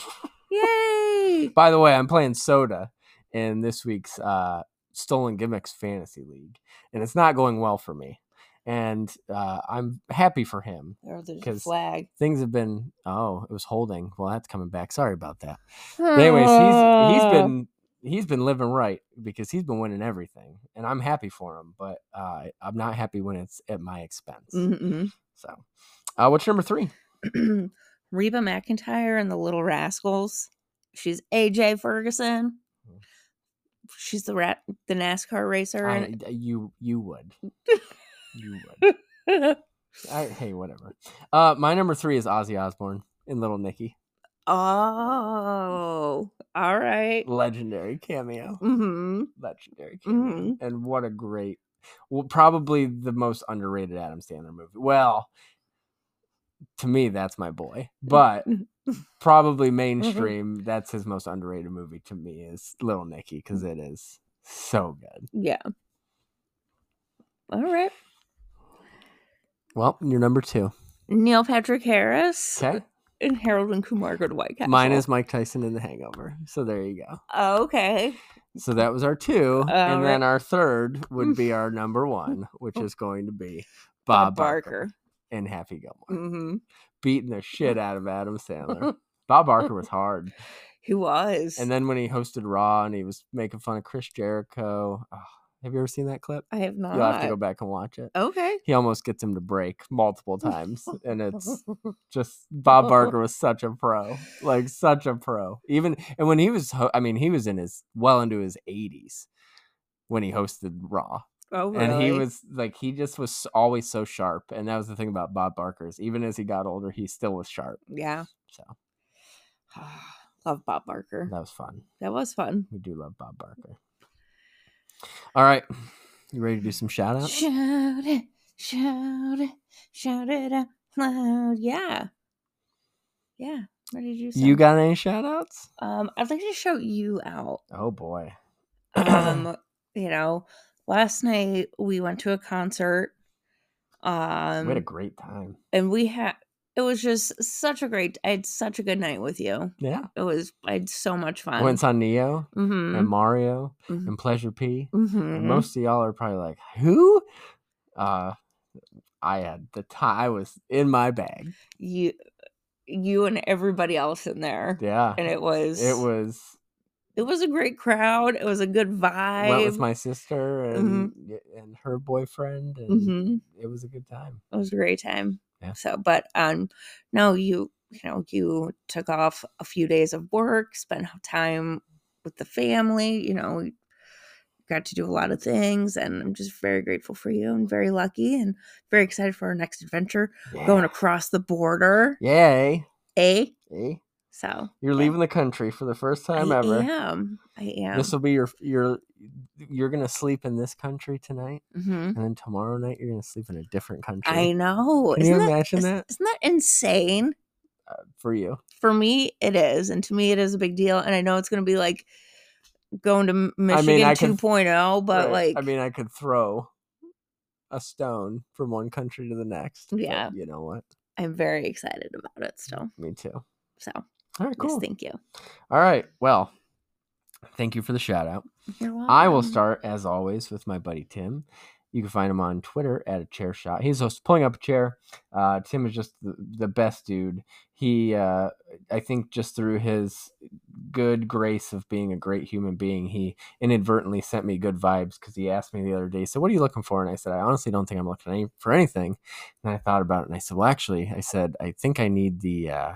Speaker 2: Yay!
Speaker 1: By the way, I'm playing Soda in this week's uh, Stolen Gimmicks Fantasy League, and it's not going well for me. And uh, I'm happy for him.
Speaker 2: Or the
Speaker 1: 'Cause-
Speaker 2: flag.
Speaker 1: Things have been oh, it was holding. Well, that's coming back. Sorry about that. But anyways, he's he's been he's been living right because he's been winning everything, and I'm happy for him. But uh, I'm not happy when it's at my expense.
Speaker 2: Mm-mm.
Speaker 1: So, uh, what's number three?
Speaker 2: Reba McIntyre and the Little Rascals. She's AJ Ferguson. She's the rat, the NASCAR racer.
Speaker 1: I,
Speaker 2: and-
Speaker 1: d- you you would you would. I, hey, whatever. Uh, my number three is Ozzy Osbourne in Little Nicky,
Speaker 2: oh, all right.
Speaker 1: legendary cameo,
Speaker 2: Mm-hmm.
Speaker 1: legendary cameo,
Speaker 2: Mhm.
Speaker 1: and what a great, well, probably the most underrated Adam Sandler movie. Well. to me, that's my boy. But probably mainstream, that's his most underrated movie to me is Little Nicky because it is so good.
Speaker 2: Yeah. All right.
Speaker 1: Well, you're number two.
Speaker 2: Neil Patrick Harris
Speaker 1: Okay.
Speaker 2: and Harold and Kumar go to White Castle. Oh,
Speaker 1: Mine is Mike Tyson in The Hangover. So there you go.
Speaker 2: okay.
Speaker 1: So that was our two. and
Speaker 2: Alright.
Speaker 1: then our third would be our number one, which is going to be Oh. Bob, Barker, and Happy Gilmore.
Speaker 2: hmm
Speaker 1: Beating the shit out of Adam Sandler. Bob Barker was hard.
Speaker 2: He was.
Speaker 1: And then when he hosted Raw and he was making fun of Chris Jericho. ah, have you ever seen that clip?
Speaker 2: I have not. Oh.
Speaker 1: You'll have to go back and watch it.
Speaker 2: Okay.
Speaker 1: He almost gets him to break multiple times. And it's just Bob Barker was such a pro, like such a pro. Even and when he was, ho- I mean, he was in his well into his eighties when he hosted Raw,
Speaker 2: Oh, really?
Speaker 1: and he was like he just was always so sharp. And that was the thing about Bob Barker's. Even as he got older, he still was sharp.
Speaker 2: Yeah.
Speaker 1: So
Speaker 2: Love Bob Barker.
Speaker 1: that was fun.
Speaker 2: That was fun.
Speaker 1: We do love Bob Barker. All right, you ready to do some shout outs?
Speaker 2: Shout it, shout it, shout it out loud. Yeah. Yeah. What did you say?
Speaker 1: You got any shout outs?
Speaker 2: um I'd like to shout you out.
Speaker 1: Oh boy.
Speaker 2: Um, you know, last night we went to a concert. Um
Speaker 1: we had a great time.
Speaker 2: and we had it was just such a great I had such a good night with you.
Speaker 1: Yeah.
Speaker 2: It was I had so much
Speaker 1: I
Speaker 2: fun.
Speaker 1: went and saw Neo
Speaker 2: mm-hmm.
Speaker 1: and Mario
Speaker 2: Mhm.
Speaker 1: and Pleasure P.
Speaker 2: mm-hmm.
Speaker 1: And most of y'all are probably like, who? Uh I had the time I was in my bag.
Speaker 2: you you and everybody else in there.
Speaker 1: Yeah.
Speaker 2: And it was
Speaker 1: It was
Speaker 2: it was a great crowd. It was a good vibe.
Speaker 1: went with my sister and
Speaker 2: Mm-hmm.
Speaker 1: and her boyfriend and
Speaker 2: Mhm.
Speaker 1: it was a good time.
Speaker 2: it was a great time.
Speaker 1: Yeah.
Speaker 2: So, but um, no, you you know you took off a few days of work, spent time with the family. You know, you got to do a lot of things, and I'm just very grateful for you and very lucky and very excited for our next adventure going
Speaker 1: Yeah.
Speaker 2: across the border.
Speaker 1: Yay.
Speaker 2: Eh?
Speaker 1: Eh?
Speaker 2: So
Speaker 1: You're
Speaker 2: yeah.
Speaker 1: leaving the country for the first time
Speaker 2: I
Speaker 1: ever.
Speaker 2: am. I am.
Speaker 1: This will be your your you're gonna sleep in this country tonight,
Speaker 2: Mhm.
Speaker 1: and then tomorrow night you're gonna sleep in a different country.
Speaker 2: I know.
Speaker 1: Can you imagine
Speaker 2: is-
Speaker 1: that?
Speaker 2: Isn't that insane?
Speaker 1: for you.
Speaker 2: for me it is and to me it is a big deal and i know it's going to be like going to M-
Speaker 1: I
Speaker 2: michigan
Speaker 1: mean, I can-
Speaker 2: 2.0 but
Speaker 1: Right.
Speaker 2: like
Speaker 1: I mean, I could throw a stone from one country to the next. but
Speaker 2: Yeah. Oh.
Speaker 1: you know what?
Speaker 2: i'm very excited about it still
Speaker 1: Me too.
Speaker 2: so
Speaker 1: All right,
Speaker 2: yes
Speaker 1: cool.
Speaker 2: thank you
Speaker 1: All right, well, thank you for the shout out.
Speaker 2: You're
Speaker 1: I will
Speaker 2: welcome.
Speaker 1: start as always with my buddy Tim. You can find him on Twitter at a chair shot. He's just pulling up a chair. Uh, Tim is just the, the best dude. He, uh, I think, just through his good grace of being a great human being, he inadvertently sent me good vibes because he asked me the other day, "So what are you looking for?" And I said, "I honestly don't think I'm looking any- for anything." And I thought about it, and I said, "Well, actually, I said I think I need the." Uh,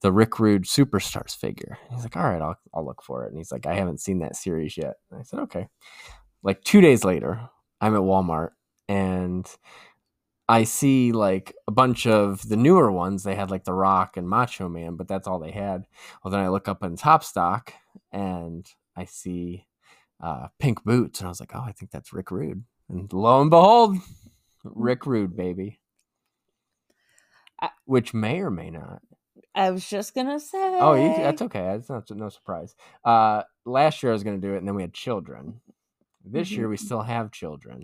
Speaker 1: the Rick Rude Superstars figure. And He's like, all right, I'll, I'll look for it. And he's like, I haven't seen that series yet. And I said, okay. Like two days later, I'm at Walmart and I see like a bunch of the newer ones. They had like The Rock and Macho Man, but that's all they had. Well, then I look up in Top Stock and I see uh, pink boots. And I was like, oh, I think that's Rick Rude. And lo and behold, Rick Rude, baby.
Speaker 2: I-
Speaker 1: Which may or may not
Speaker 2: i was just gonna say
Speaker 1: Oh, you, that's okay. That's not no surprise. Uh, last year I was going to do it, and then we had children. This year we still have children,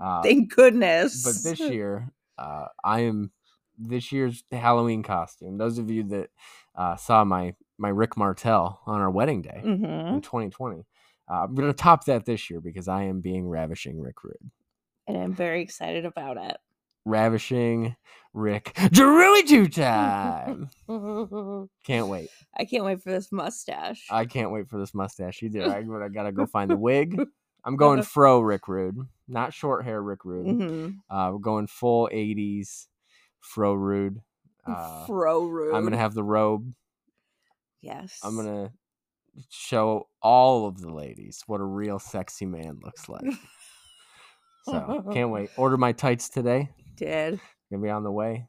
Speaker 1: uh,
Speaker 2: thank goodness
Speaker 1: but this year uh, I am this year's Halloween costume. Those of you that uh, saw my my Rick Martel on our wedding day
Speaker 2: Mhm.
Speaker 1: in 2020, uh, I'm going to top that this year because I am being ravishing Rick Rude,
Speaker 2: and i'm very excited about it
Speaker 1: ravishing Rick Drewy two time. Can't wait.
Speaker 2: i can't wait for this mustache
Speaker 1: I can't wait for this mustache either. I, I gotta go find the wig. I'm going fro Rick Rude, not short hair Rick Rude.
Speaker 2: Mhm.
Speaker 1: Uh, we're going full '80s fro Rude. Uh,
Speaker 2: fro room
Speaker 1: I'm gonna have the robe.
Speaker 2: yes
Speaker 1: I'm gonna show all of the ladies what a real sexy man looks like. So can't wait. Order my tights today.
Speaker 2: did
Speaker 1: Gonna be on the way.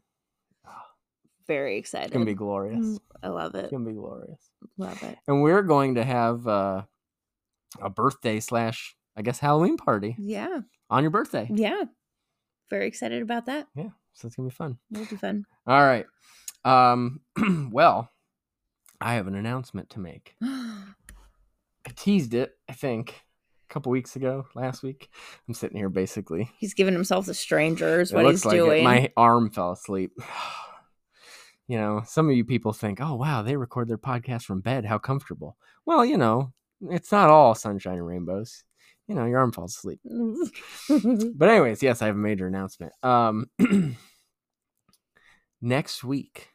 Speaker 2: very excited
Speaker 1: It's gonna be glorious.
Speaker 2: Mm, i love it
Speaker 1: It's gonna be glorious.
Speaker 2: love it
Speaker 1: And we're going to have uh, a birthday slash, I guess, Halloween party
Speaker 2: yeah
Speaker 1: on your birthday.
Speaker 2: yeah very excited about that.
Speaker 1: Yeah, so it's gonna be fun.
Speaker 2: It'll be fun.
Speaker 1: All right. Um, well, I have an announcement to make. I teased it, I think, a couple weeks ago, last week. I'm sitting here basically.
Speaker 2: he's giving himself the strangers.
Speaker 1: It
Speaker 2: What he's
Speaker 1: looks like it.
Speaker 2: doing.
Speaker 1: My arm fell asleep. you know, some of you people think, oh, wow, they record their podcast from bed. How comfortable. Well, you know, it's not all sunshine and rainbows. You know, your arm falls asleep. but, anyways, yes, I have a major announcement. Um, next week,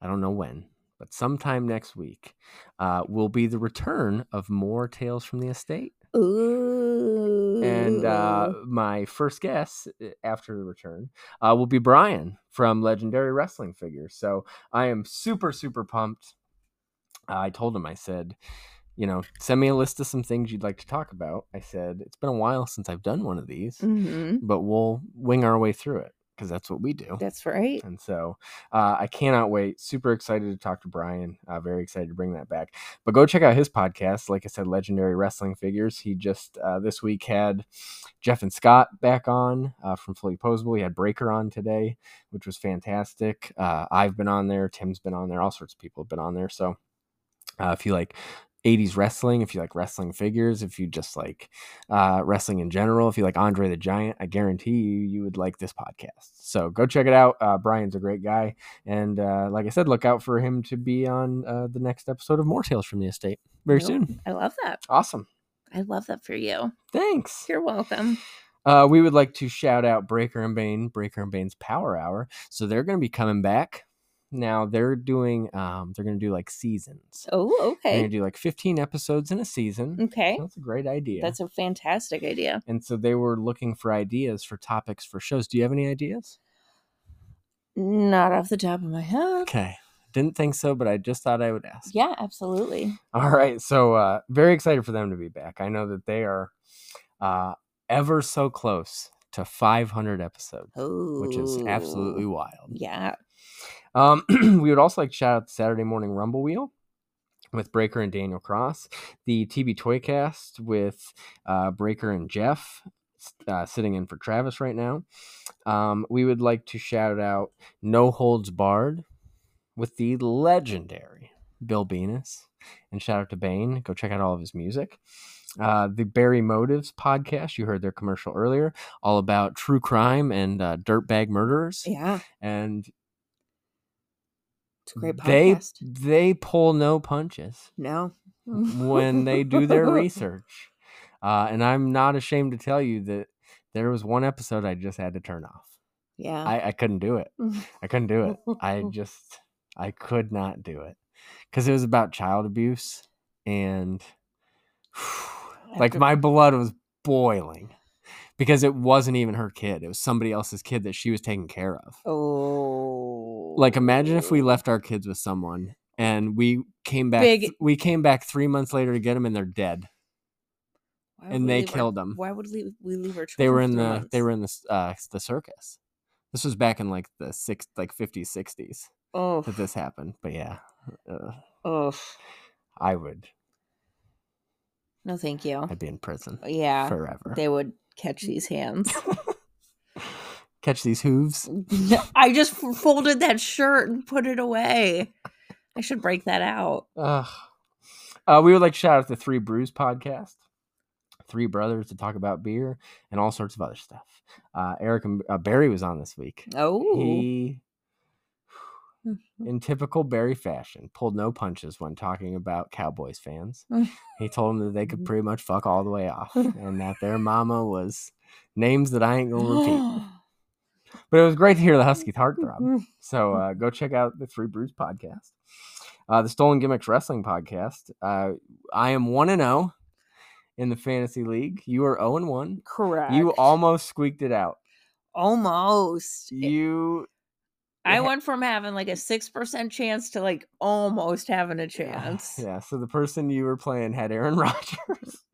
Speaker 1: I don't know when, but sometime next week, uh, will be the return of more Tales from the Estate
Speaker 2: Ooh.
Speaker 1: and uh, my first guest uh, after the return uh, will be Brian from Legendary Wrestling Figures. So I am super, super pumped. Uh, I told him, I said, you know, send me a list of some things you'd like to talk about. I said, it's been a while since I've done one of these,
Speaker 2: Mhm.
Speaker 1: but we'll wing our way through it because that's what we do.
Speaker 2: That's right.
Speaker 1: And so uh, I cannot wait. Super excited to talk to Brian. Uh, very excited to bring that back. But go check out his podcast. Like I said, Legendary Wrestling Figures. He just uh, this week had Jeff and Scott back on uh, from Fully Posable. He had Breaker on today, which was fantastic. Uh, I've been on there. Tim's been on there. All sorts of people have been on there. So uh, if you like 80s wrestling, if you like wrestling figures, if you just like uh, wrestling in general, if you like Andre the Giant, I guarantee you, you would like this podcast. So go check it out. Uh, Brian's a great guy. And uh, like I said, look out for him to be on uh, the next episode of More Tales from the Estate very
Speaker 2: Nope.
Speaker 1: soon.
Speaker 2: I love that.
Speaker 1: Awesome.
Speaker 2: I love that for you.
Speaker 1: Thanks.
Speaker 2: You're welcome.
Speaker 1: Uh, we would like to shout out Breaker and Bane, Breaker and Bane's Power Hour. So they're going to be coming back. Now they're doing, um, they're going to do like seasons.
Speaker 2: Oh,
Speaker 1: They're
Speaker 2: okay.
Speaker 1: going to do like 15 episodes in a season.
Speaker 2: Okay.
Speaker 1: That's a great idea.
Speaker 2: That's a fantastic idea.
Speaker 1: and so they were looking for ideas for topics for shows. Do you have any ideas?
Speaker 2: Not off the top of my head.
Speaker 1: Okay. Didn't think so, but I just thought I would ask.
Speaker 2: Yeah, absolutely.
Speaker 1: All right. So uh, very excited for them to be back. I know that they are uh, ever so close to 500 episodes,
Speaker 2: Oh.
Speaker 1: which is absolutely wild.
Speaker 2: Yeah.
Speaker 1: Um, we would also like to shout out the Saturday Morning Rumble Wheel with Breaker and Daniel Cross, the TB Toycast with uh, Breaker and Jeff s- uh, sitting in for Travis right now. Um, we would like to shout out No Holds Barred with the legendary Bill Venus. And shout out to Bane. Go check out all of his music. Uh, the Barry Motives podcast. You heard their commercial earlier, all about true crime and uh, dirtbag murderers.
Speaker 2: Yeah.
Speaker 1: And
Speaker 2: It's a great
Speaker 1: they
Speaker 2: podcast.
Speaker 1: they pull no punches
Speaker 2: no.
Speaker 1: when they do their research uh, and i'm not ashamed to tell you that there was one episode i just had to turn off
Speaker 2: Yeah.
Speaker 1: i, I couldn't do it i couldn't do it i just i could not do it because it was about child abuse and like
Speaker 2: After-
Speaker 1: my blood was boiling because it wasn't even her kid it was somebody else's kid that she was taking care of
Speaker 2: oh.
Speaker 1: like imagine if we left our kids with someone and we came back
Speaker 2: Big-
Speaker 1: th- we came back three months later to get them and they're dead
Speaker 2: Why would
Speaker 1: and
Speaker 2: we
Speaker 1: they
Speaker 2: leave our-
Speaker 1: killed 'em.
Speaker 2: Why would we, we leave our children?
Speaker 1: they were
Speaker 2: for
Speaker 1: in
Speaker 2: three
Speaker 1: the they
Speaker 2: months?
Speaker 1: were in the s- uh the circus this was back in like the six like 50s 60s
Speaker 2: Oh.
Speaker 1: that this happened but yeah uh,
Speaker 2: Oh.
Speaker 1: i would
Speaker 2: No, thank you.
Speaker 1: i'd be in prison
Speaker 2: Yeah.
Speaker 1: forever
Speaker 2: They would catch these hands.
Speaker 1: catch these
Speaker 2: Mm.
Speaker 1: hooves
Speaker 2: No, I just f- folded that shirt and put it away. I should break that out.
Speaker 1: Ugh. Uh, we would like to shout out the Three Brews podcast. Three brothers to talk about beer and all sorts of other stuff. Uh, Eric and uh, Barry was on this week.
Speaker 2: Oh.
Speaker 1: He, in typical Barry fashion, pulled no punches when talking about Cowboys fans. he told them that they could pretty much fuck all the way off and that their mama was names that I ain't going to repeat. But it was great to hear the Husky heartthrob. So uh, go check out the Three Brews podcast, uh, the Stolen Gimmicks Wrestling podcast. Uh, I am 1 and 0 in the Fantasy League. You are 0 and 1.
Speaker 2: Correct.
Speaker 1: You almost squeaked it out.
Speaker 2: almost.
Speaker 1: You
Speaker 2: I
Speaker 1: ha-
Speaker 2: went from having like a six percent chance to like almost having a
Speaker 1: Yeah,
Speaker 2: chance.
Speaker 1: Yeah, So the person you were playing had Aaron Rodgers,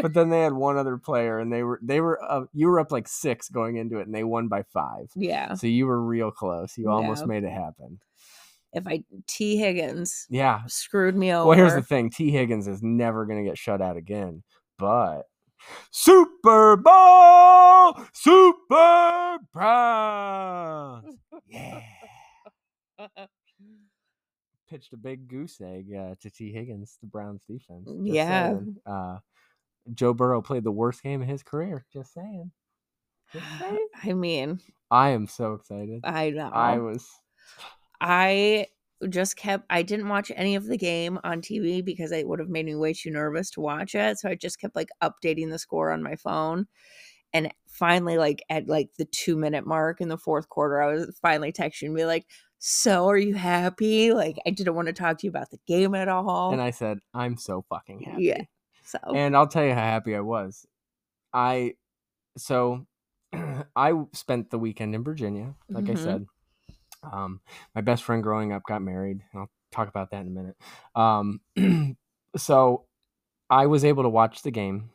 Speaker 1: but then they had one other player, and they were they were up, you were up like six going into it, and they won by five.
Speaker 2: Yeah.
Speaker 1: So you were real close. You almost
Speaker 2: Yeah.
Speaker 1: made it happen.
Speaker 2: If I T Higgins
Speaker 1: Yeah.
Speaker 2: screwed me over.
Speaker 1: Well, here's the thing: T. Higgins is never going to get shut out again. But Super Bowl, Super Browns. Yeah. Pitched a big goose egg uh, to T. Higgins, the Browns defense. Just
Speaker 2: Mm, Yeah.
Speaker 1: saying. Uh, Joe Burrow played the worst game of his career. Just saying. Just saying.
Speaker 2: I mean,
Speaker 1: I am so excited.
Speaker 2: I know.
Speaker 1: I was.
Speaker 2: I just kept I didn't watch any of the game on TV because it would have made me way too nervous to watch it. So I just kept like updating the score on my phone. And finally, like at like the two minute mark in the fourth quarter, I was finally texting me like, So are you happy? Like I didn't want to talk to you about the game at all.
Speaker 1: And I said, I'm so fucking happy.
Speaker 2: Yeah. so
Speaker 1: And I'll tell you how happy I was. I so I spent the weekend in Virginia, like I
Speaker 2: Mhm.
Speaker 1: said. Um, my best friend growing up got married. and I'll talk about that in a minute. Um, so I was able to watch the game.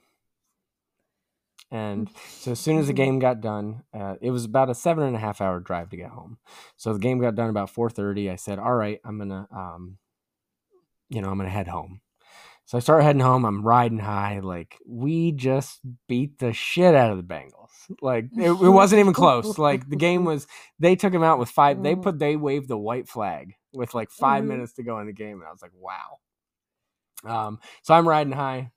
Speaker 1: And so as soon as the game got done, uh, it was about a seven and a half hour drive to get home. So the game got done about four thirty. I said, "All right, I'm gonna, um, you know, I'm gonna head home." So I start heading home. I'm riding high. Like we just beat the shit out of the Bengals. Like it, it wasn't even close. Like the game was. They took him out with five. They put they waved the white flag with like 5
Speaker 2: Mhm.
Speaker 1: minutes to go in the game, and I was like, "Wow." Um, so I'm riding high,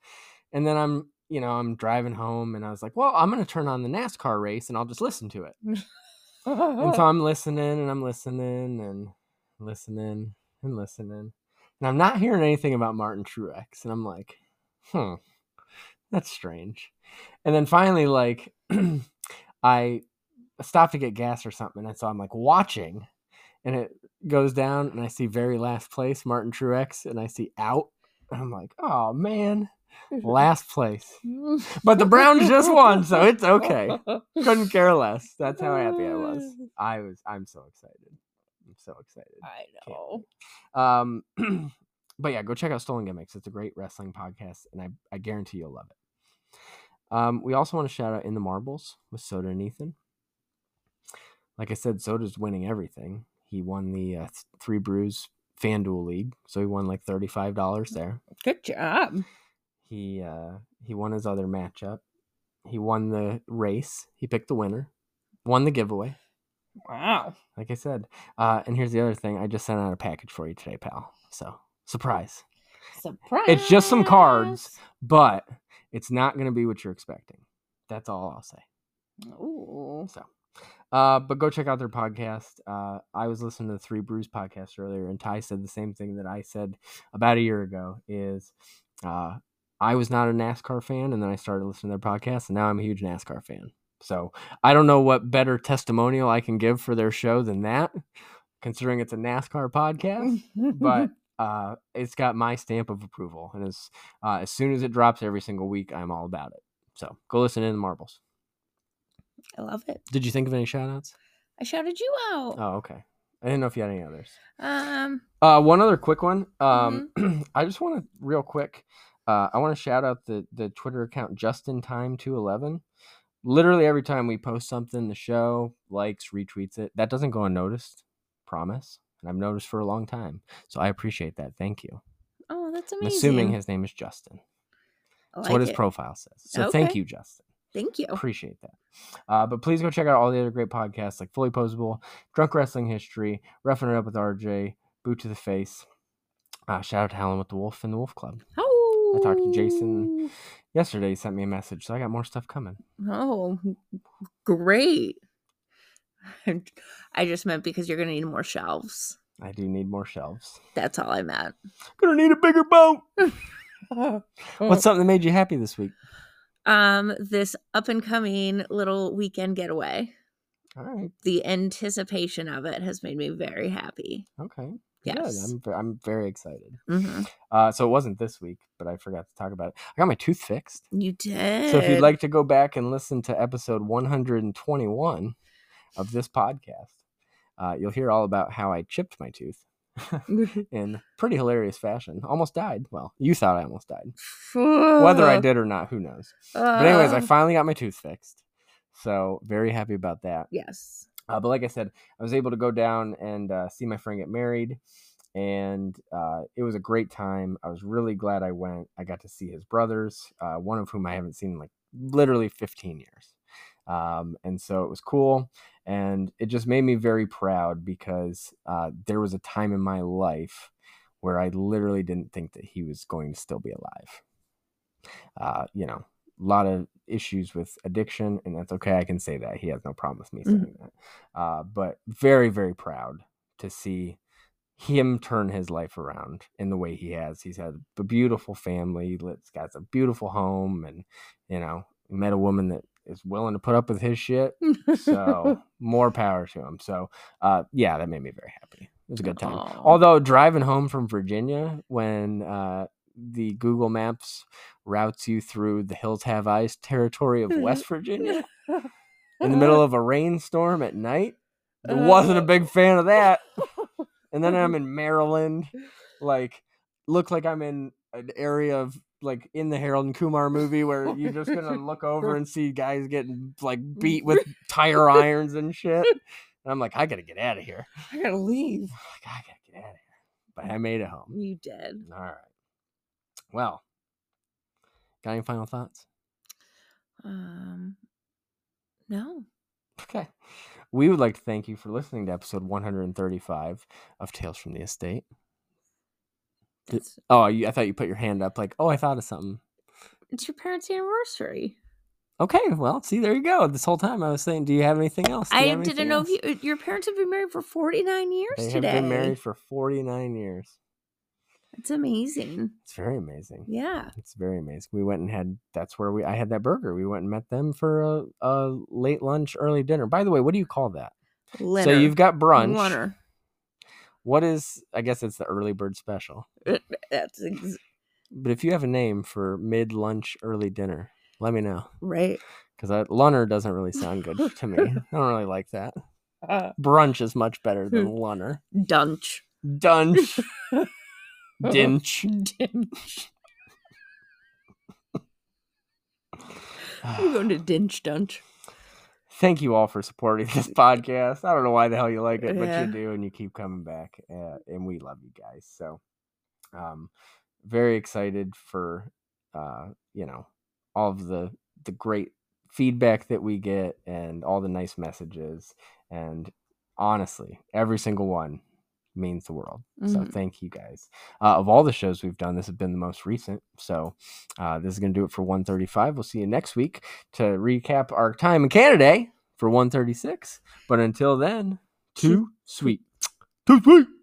Speaker 1: and then I'm you know I'm driving home, and I was like, "Well, I'm gonna turn on the NASCAR race, and I'll just listen to it." and so I'm listening and I'm listening and listening and listening. And I'm not hearing anything about Martin Truex. And I'm like, hmm, that's strange. And then finally, like, I stopped to get gas or something. And so I'm like watching and it goes down and I see very last place, Martin Truex, and I see out. And I'm like, oh man, last place. But the Browns just won, so it's okay. Couldn't care less. That's how happy I was. I was. I'm so excited. I'm so excited.
Speaker 2: I
Speaker 1: Can't
Speaker 2: know.
Speaker 1: wait. Um, but yeah, go check out Stolen Gimmicks. It's a great wrestling podcast, and I, I guarantee you'll love it. Um, we also want to shout out In the Marbles with Soda and Ethan. Like I said, Soda's winning everything. He won the uh, th- Three Brews FanDuel League, so he won like thirty-five dollars there.
Speaker 2: Good job.
Speaker 1: He uh, he won his other matchup. He won the race. He picked the winner. Won the giveaway
Speaker 2: Wow.
Speaker 1: like I said. Uh, and here's the other thing: I just sent out a package for you today, pal. So surprise!
Speaker 2: Surprise.
Speaker 1: It's just some cards. But it's not going to be what you're expecting. That's all I'll say.
Speaker 2: Ooh.
Speaker 1: So, uh, but go check out their podcast. Uh, I was listening to the Three Brews podcast earlier, and Ty said the same thing that I said about a year ago. Is uh, I was not a NASCAR fan, and then I started listening to their podcast, and now I'm a huge NASCAR fan. So I don't know what better testimonial I can give for their show than that, considering it's a NASCAR podcast but uh, it's got my stamp of approval. And as uh, as soon as it drops every single week, I'm all about it. So go listen in the marbles.
Speaker 2: I love it.
Speaker 1: Did you think of any shout outs?
Speaker 2: I shouted you out.
Speaker 1: Oh, okay. I didn't know if you had any others.
Speaker 2: Um,
Speaker 1: Uh, one other quick one. Um, I just want to real quick. Uh, I want to shout out the the Twitter account just in time two eleven. Literally every time we post something, the show likes, retweets it. That doesn't go unnoticed, promise. And I've noticed for a long time, so I appreciate that. Thank you.
Speaker 2: oh, that's
Speaker 1: I'm
Speaker 2: amazing.
Speaker 1: assuming his name is Justin.
Speaker 2: I
Speaker 1: That's what
Speaker 2: like
Speaker 1: his
Speaker 2: it.
Speaker 1: profile says. So thank
Speaker 2: Okay. Oh.
Speaker 1: you, Justin.
Speaker 2: Thank you.
Speaker 1: Appreciate that. Uh, but please go check out all the other great podcasts like Fully Posable, Drunk Wrestling History, Roughing It Up with RJ, Boot to the Face. Uh, shout out to Helen with the Wolf and the Wolf Club.
Speaker 2: Oh.
Speaker 1: I talked to Jason yesterday. He sent me a message, so I got more stuff coming.
Speaker 2: Oh, great. I'm- I just meant because you're going to need more shelves.
Speaker 1: I do need more shelves.
Speaker 2: That's all I meant.
Speaker 1: Gonna need a bigger boat.
Speaker 2: Oh.
Speaker 1: What's something that made you happy this week?
Speaker 2: Um, this up and coming little weekend getaway,
Speaker 1: All right.
Speaker 2: the anticipation of it has made me very happy.
Speaker 1: Okay. Good.
Speaker 2: Yes.
Speaker 1: I'm, ve- I'm very excited.
Speaker 2: Mhm.
Speaker 1: Uh, so it wasn't this week, but I forgot to talk about it. I got my tooth fixed.
Speaker 2: You did.
Speaker 1: So if you'd like to go back and listen to episode 121 of this podcast, uh, you'll hear all about how I chipped my tooth in pretty hilarious fashion. Almost died. Well, you thought I almost died. Whether
Speaker 2: Uh.
Speaker 1: I did or not, who knows? But anyways, I
Speaker 2: Ugh.
Speaker 1: finally got my tooth fixed. So very happy about that.
Speaker 2: Yes.
Speaker 1: Uh, but like I said, I was able to go down and uh, see my friend get married, and uh, it was a great time. I was really glad I went. I got to see his brothers, uh, one of whom I haven't seen in like literally 15 years. Um, and so it was cool. And it just made me very proud because uh, there was a time in my life where I literally didn't think that he was going to still be alive. Uh, you know, a lot of issues with addiction, and that's okay. I can say that. He has no problem with me saying that. Uh, but very, very proud to see him turn his life around in the way he has. He's had a beautiful family, Let's got a beautiful home, and you know, met a woman that is willing to put up with his shit. So more power to him. So uh, yeah, that made me very happy. It was a good time.
Speaker 2: Aw.
Speaker 1: Although driving home from Virginia when uh, the Google Maps routes you through the Hills Have Eyes territory of West Virginia in the middle of a rainstorm at night, I wasn't a big fan of that. And then I'm in Maryland, like look like I'm in an area of like in the Harold and Kumar movie where you're just gonna look over and see guys getting like beat with tire irons and shit. And I'm like, I gotta get out of here.
Speaker 2: I gotta
Speaker 1: I'm
Speaker 2: leave.
Speaker 1: like, I gotta get out of here. But I made it home.
Speaker 2: You did.
Speaker 1: All right. Well, got any final thoughts?
Speaker 2: Um, no.
Speaker 1: Okay. We would like to thank you for listening to episode 135 of Tales from the Estate. Did-
Speaker 2: That's,
Speaker 1: Oh, you, I thought you put your hand up like, oh, I thought of something.
Speaker 2: it's your parents' anniversary.
Speaker 1: Okay, well, see, there you go. This whole time I was saying, do you have anything else? Do you
Speaker 2: I
Speaker 1: have
Speaker 2: didn't
Speaker 1: anything
Speaker 2: know
Speaker 1: else?"
Speaker 2: if you, uh, your parents have been married for 49 years
Speaker 1: They
Speaker 2: today.
Speaker 1: have been married for 49 years.
Speaker 2: It's amazing.
Speaker 1: It's very amazing.
Speaker 2: Yeah.
Speaker 1: It's very amazing. We went and had that's where we I had that burger. We went and met them for a, a late lunch, early dinner. By the way, what do you call that? So you've got brunch.
Speaker 2: Lunner.
Speaker 1: What is I guess it's the early bird special.
Speaker 2: That's ex-
Speaker 1: But if you have a name for mid lunch, early dinner, let me know
Speaker 2: right.
Speaker 1: because lunner doesn't really sound good to me. I don't really like that.
Speaker 2: Uh,
Speaker 1: Brunch is much better than lunner.
Speaker 2: Dunch.
Speaker 1: Dunch. Dinch.
Speaker 2: Dinch. We're going to Dinch Dunch.
Speaker 1: Thank you all for supporting this podcast. I don't know why the hell you like it, but
Speaker 2: Yeah.
Speaker 1: you do, and you keep coming back, uh, and we love you guys. So, um, very excited for uh, you know all of the the great feedback that we get, and all the nice messages, and honestly, every single one means the world. So
Speaker 2: Mhm.
Speaker 1: thank you guys. Uh, of all the shows we've done, this has been the most recent. So uh, this is going to do it for 135. We'll see you next week to recap our time in Canada for 136. But until then, too sweet. Too sweet.